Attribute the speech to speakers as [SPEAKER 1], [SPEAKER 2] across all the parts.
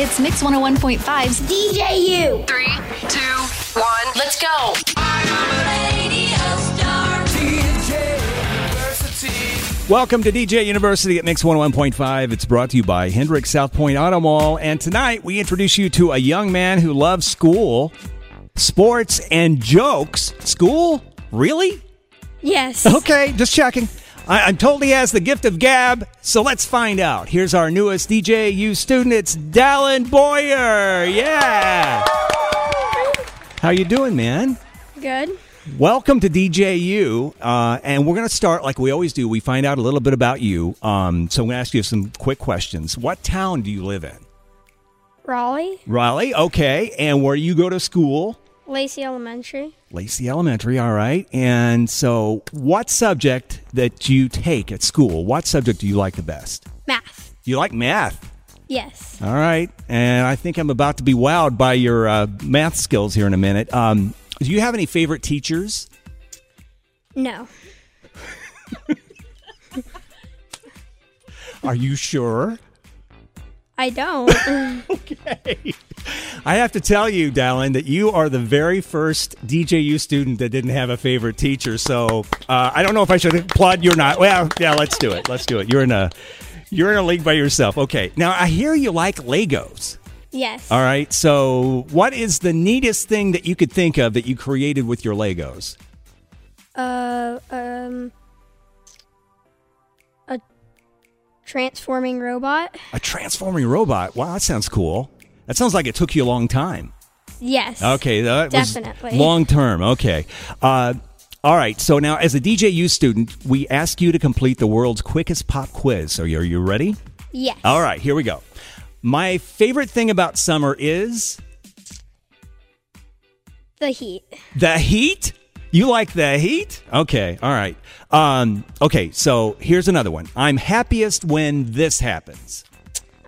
[SPEAKER 1] It's Mix 101.5's DJU.
[SPEAKER 2] Three, two, one, let's go.
[SPEAKER 3] Welcome to DJ University at Mix 101.5. It's brought to you by Hendrick South Point Auto Mall. And tonight we introduce you to a young man who loves school, sports, and jokes. School? Really?
[SPEAKER 4] Yes.
[SPEAKER 3] Okay, just checking. I- I'm told he has the gift of gab, so let's find out. Here's our newest DJU student. It's Dallin Boyer. Yeah. How you doing, man?
[SPEAKER 4] Good.
[SPEAKER 3] Welcome to DJU, uh, and we're going to start like we always do. We find out a little bit about you. Um, so I'm going to ask you some quick questions. What town do you live in?
[SPEAKER 4] Raleigh,
[SPEAKER 3] Raleigh, okay. And where you go to school?
[SPEAKER 4] Lacey Elementary,
[SPEAKER 3] Lacey Elementary, all right. And so, what subject that you take at school? What subject do you like the best?
[SPEAKER 4] math.
[SPEAKER 3] You like math,
[SPEAKER 4] Yes.
[SPEAKER 3] all right. And I think I'm about to be wowed by your uh, math skills here in a minute. Um, do you have any favorite teachers?
[SPEAKER 4] No.
[SPEAKER 3] Are you sure?
[SPEAKER 4] I don't.
[SPEAKER 3] I have to tell you, Dallin, that you are the very first DJU student that didn't have a favorite teacher. So uh, I don't know if I should applaud you or not. Well, yeah, let's do it. Let's do it. You're in a you're in a league by yourself. Okay. Now I hear you like Legos.
[SPEAKER 4] yes.
[SPEAKER 3] All right. So what is the neatest thing that you could think of that you created with your Legos?
[SPEAKER 4] Uh, um, a transforming robot.
[SPEAKER 3] A transforming robot. Wow, that sounds cool. That sounds like it took you a long time.
[SPEAKER 4] Yes.
[SPEAKER 3] Okay, that was
[SPEAKER 4] Definitely.
[SPEAKER 3] long term. Okay. Uh, all right. So now, as a DJU student, we ask you to complete the world's quickest pop quiz. Are you, are you ready?
[SPEAKER 4] Yes.
[SPEAKER 3] All right. Here we go. My favorite thing about summer is
[SPEAKER 4] The heat.
[SPEAKER 3] the heat. You like the heat? Okay. All right. Um, okay. So here's another one. I'm happiest when this happens.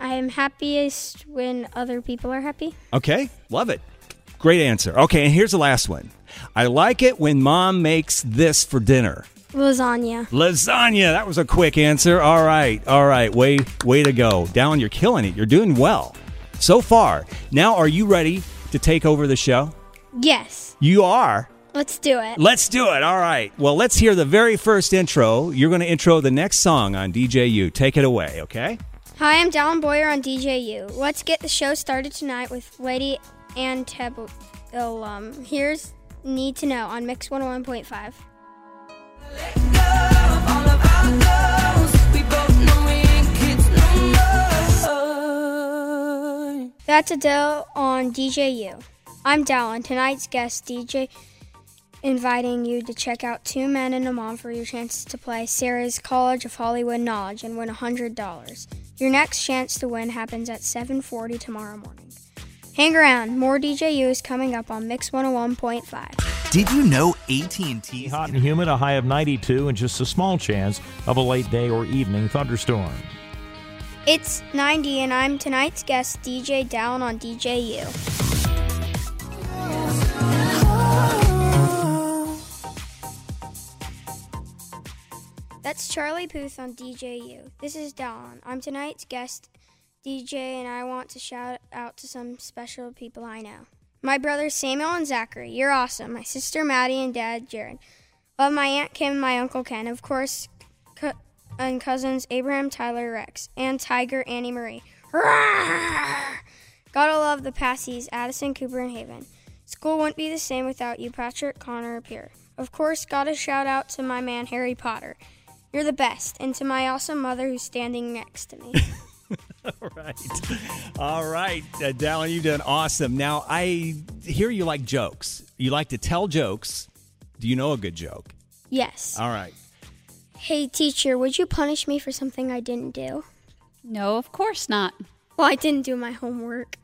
[SPEAKER 4] I am happiest when other people are happy.
[SPEAKER 3] Okay. Love it. Great answer. Okay. And here's the last one. I like it when mom makes this for dinner.
[SPEAKER 4] Lasagna.
[SPEAKER 3] Lasagna. That was a quick answer. All right. All right. Way way to go. Down, you're killing it. You're doing well. So far. Now are you ready to take over the show?
[SPEAKER 4] Yes.
[SPEAKER 3] You are.
[SPEAKER 4] Let's do it.
[SPEAKER 3] Let's do it. All right. Well, let's hear the very first intro. You're going to intro the next song on DJU. Take it away, okay?
[SPEAKER 4] Hi, I'm Dallin Boyer on DJU. Let's get the show started tonight with Lady Antebellum. Oh, um, Here's Need to Know on Mix 101.5. That's Adele on DJU. I'm Dallin, tonight's guest DJ, inviting you to check out Two Men and a Mom for your chance to play Sarah's College of Hollywood Knowledge and win $100. Your next chance to win happens at 7:40 tomorrow morning. Hang around, more DJU is coming up on Mix 101.5.
[SPEAKER 5] Did you know AT&T?
[SPEAKER 6] Hot and humid, a high of 92, and just a small chance of a late day or evening thunderstorm.
[SPEAKER 4] It's 90, and I'm tonight's guest, DJ Down on DJU. That's Charlie Puth on DJU. This is Down. I'm tonight's guest, DJ, and I want to shout out to some special people I know. My brothers Samuel and Zachary, you're awesome. My sister Maddie and dad Jared. Love my aunt Kim and my uncle Ken. Of course, co- and cousins Abraham, Tyler, Rex, and Tiger, Annie Marie. Rawr! Gotta love the passies, Addison, Cooper, and Haven. School wouldn't be the same without you, Patrick, Connor, or Pierre. Of course, gotta shout out to my man Harry Potter. You're the best, and to my awesome mother who's standing next to me.
[SPEAKER 3] All right. All right. Uh, Dallin, you've done awesome. Now, I hear you like jokes. You like to tell jokes. Do you know a good joke?
[SPEAKER 4] yes.
[SPEAKER 3] All right.
[SPEAKER 4] Hey, teacher, would you punish me for something I didn't do?
[SPEAKER 2] No, of course not.
[SPEAKER 4] Well, I didn't do my homework.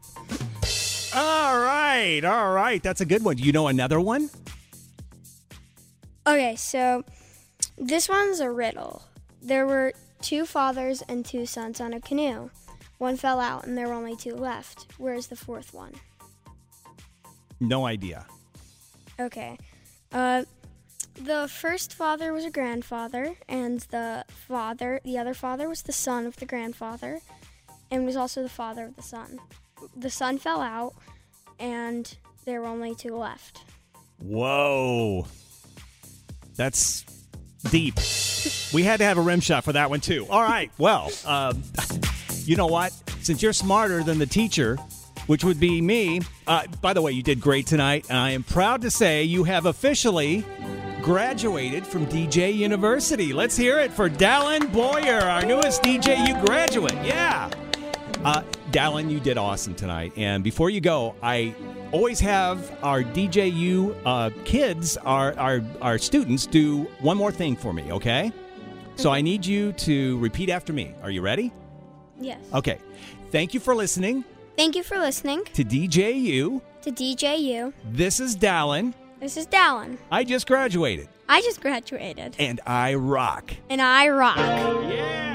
[SPEAKER 3] All right, all right. That's a good one. Do you know another one?
[SPEAKER 4] Okay, so this one's a riddle. There were two fathers and two sons on a canoe. One fell out and there were only two left. Where's the fourth one?
[SPEAKER 3] No idea.
[SPEAKER 4] Okay. Uh, the first father was a grandfather, and the father, the other father, was the son of the grandfather, and was also the father of the son. the sun fell out, and there were only two left.
[SPEAKER 3] Whoa. That's deep. we had to have a rim shot for that one, too. All right. Well, um, you know what? Since you're smarter than the teacher, which would be me, uh, by the way, you did great tonight. And I am proud to say you have officially graduated from DJ University. Let's hear it for Dallin Boyer, our newest DJU graduate. Yeah. Uh, Dallin, you did awesome tonight. And before you go, I always have our DJU uh, kids, our, our, our students, do one more thing for me, okay? So I need you to repeat after me. Are you ready?
[SPEAKER 4] Yes.
[SPEAKER 3] Okay. Thank you for listening
[SPEAKER 4] Thank you for listening
[SPEAKER 3] to DJU.
[SPEAKER 4] to DJU.
[SPEAKER 3] This is Dallin.
[SPEAKER 4] This is Dallin.
[SPEAKER 3] I just graduated
[SPEAKER 4] I just graduated,
[SPEAKER 3] and I rock.
[SPEAKER 4] and I rock.
[SPEAKER 3] Yeah!